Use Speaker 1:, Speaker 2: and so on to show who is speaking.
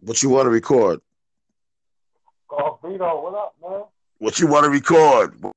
Speaker 1: What you want to record?
Speaker 2: Golf Vito, what up, man?
Speaker 1: What you want to record?